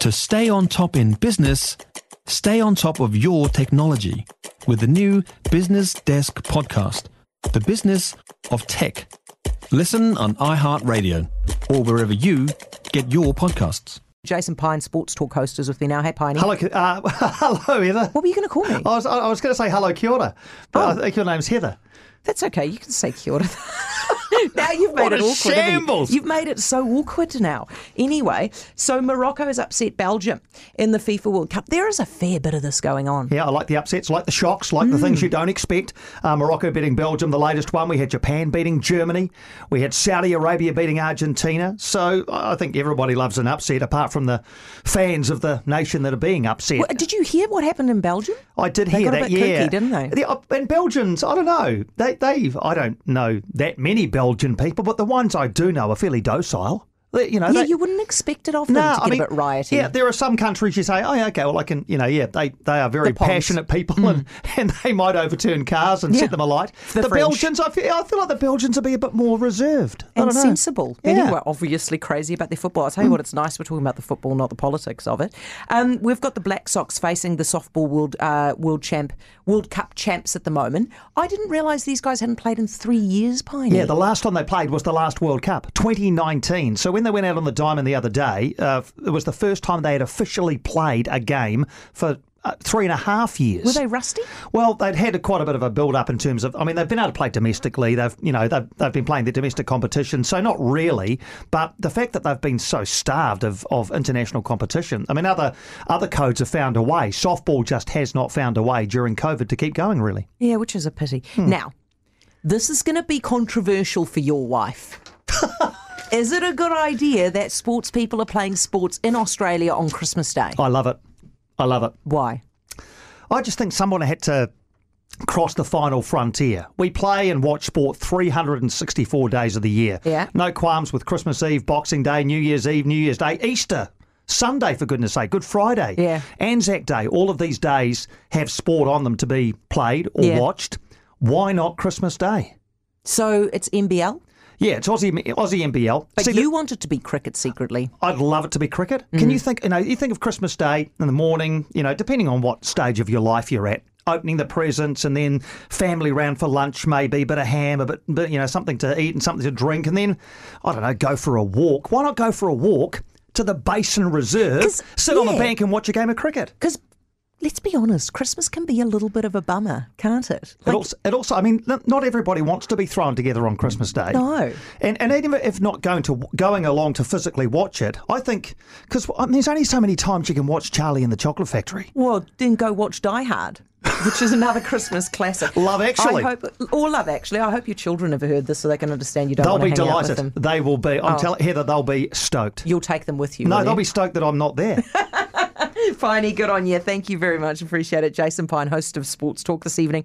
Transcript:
To stay on top in business, stay on top of your technology with the new Business Desk podcast, The Business of Tech. Listen on iHeartRadio or wherever you get your podcasts. Jason Pine, sports talk host, is with me now. Hey, Piney. Hello, Oh. uh, hello, Heather. What were you going to call me? I was, I was going to say hello, kia ora, but Oh. I think your name's Heather. That's okay. You can say kia ora. now you've made What it a awkward. haven't you? shambles. You've made it so awkward now. Anyway, so Morocco has upset Belgium in the FIFA World Cup. There is a fair bit of this going on. Yeah, I like the upsets, like the shocks, like the things you Mm. don't expect. Uh, Morocco beating Belgium, the latest one. We had Japan beating Germany. We had Saudi Arabia beating Argentina. So I I think everybody loves an upset, apart from the fans of the nation that are being upset. Well, Did you hear what happened in Belgium? I did hear got a that. bit kooky, yeah, didn't they? The, uh, and Belgians, I don't know. They, they've. I don't know that many Belgian people, but the ones I do know are fairly docile. They- you know, yeah, they- you wouldn't expect it of them to get a bit rioty. Yeah, there are some countries you say, oh, yeah, okay, well, I can, you know, yeah, they, they are very The Poms. Hmm. passionate people and, and they might overturn cars and Yeah. set them alight. The French. Belgians, I feel, I feel like the Belgians would be a bit more reserved. I and don't know. sensible. Many Yeah. were obviously crazy about their football. I'll tell you what, it's nice we're talking about the football, not the politics of it. Um, we've got the Black Sox facing the softball world uh, world champ World Cup champs at the moment. I didn't realise these guys hadn't played in three years, Piney. Yeah, the last time they played was the last World Cup, 2019. So when they went out on the diamond the other day, uh, it was the first time they had officially played a game for uh, three and a half years. were they rusty? Well, they'd had quite a bit of a build up in terms of. I mean, they've been able to play domestically. They've, you know, they've, they've been playing their domestic competition, so not really. But the fact that they've been so starved of, of international competition. I mean, other other codes have found a way. Softball just has not found a way during COVID to keep going. Really, Yeah, which is a pity. Now, this is going to be controversial for your wife. is it a good idea that sports people are playing sports in Australia on Christmas Day? I love it. I love it. Why? I just think someone had to cross the final frontier. We play and watch sport 364 days of the year. Yeah. No qualms with Christmas Eve, Boxing Day, New Year's Eve, New Year's Day, Easter, Sunday, for goodness sake, Good Friday, Yeah. Anzac Day. All of these days have sport on them to be played or Yeah. watched. Why not Christmas Day? So it's NBL, Yeah, it's Aussie, Aussie NBL. but See, the- you want it to be cricket secretly. I'd love it to be cricket. Can you Mm-hmm. think? You know, you think of Christmas Day in the morning. You know, depending on what stage of your life you're at, opening the presents and then family round for lunch, maybe bit of ham, a bit, bit, you know, something to eat and something to drink, and then I don't know, go for a walk. Why not go for a walk to the Basin Reserve, 'Cause- sit on the yeah. bank and watch a game of cricket? Because let's be honest, Christmas can be a little bit of a bummer, can't it? it, also, it also, I mean, n- not everybody wants to be thrown together on Christmas Day. No. and and even if not going to going along to physically watch it, I think because I mean, there's only so many times you can watch Charlie and the Chocolate Factory. Well, then go watch Die Hard, which is another Christmas classic. Love Actually. I hope, or Love Actually. I hope your children have heard this so they can understand you don't They'll want to hang be out with delighted. them. They will be. I'm telling Heather, they'll be stoked. You'll take them with you. no, will they'll you? be stoked that I'm not there. Finey, good on you. Thank you very much. Appreciate it. Jason Pine, host of Sports Talk this evening.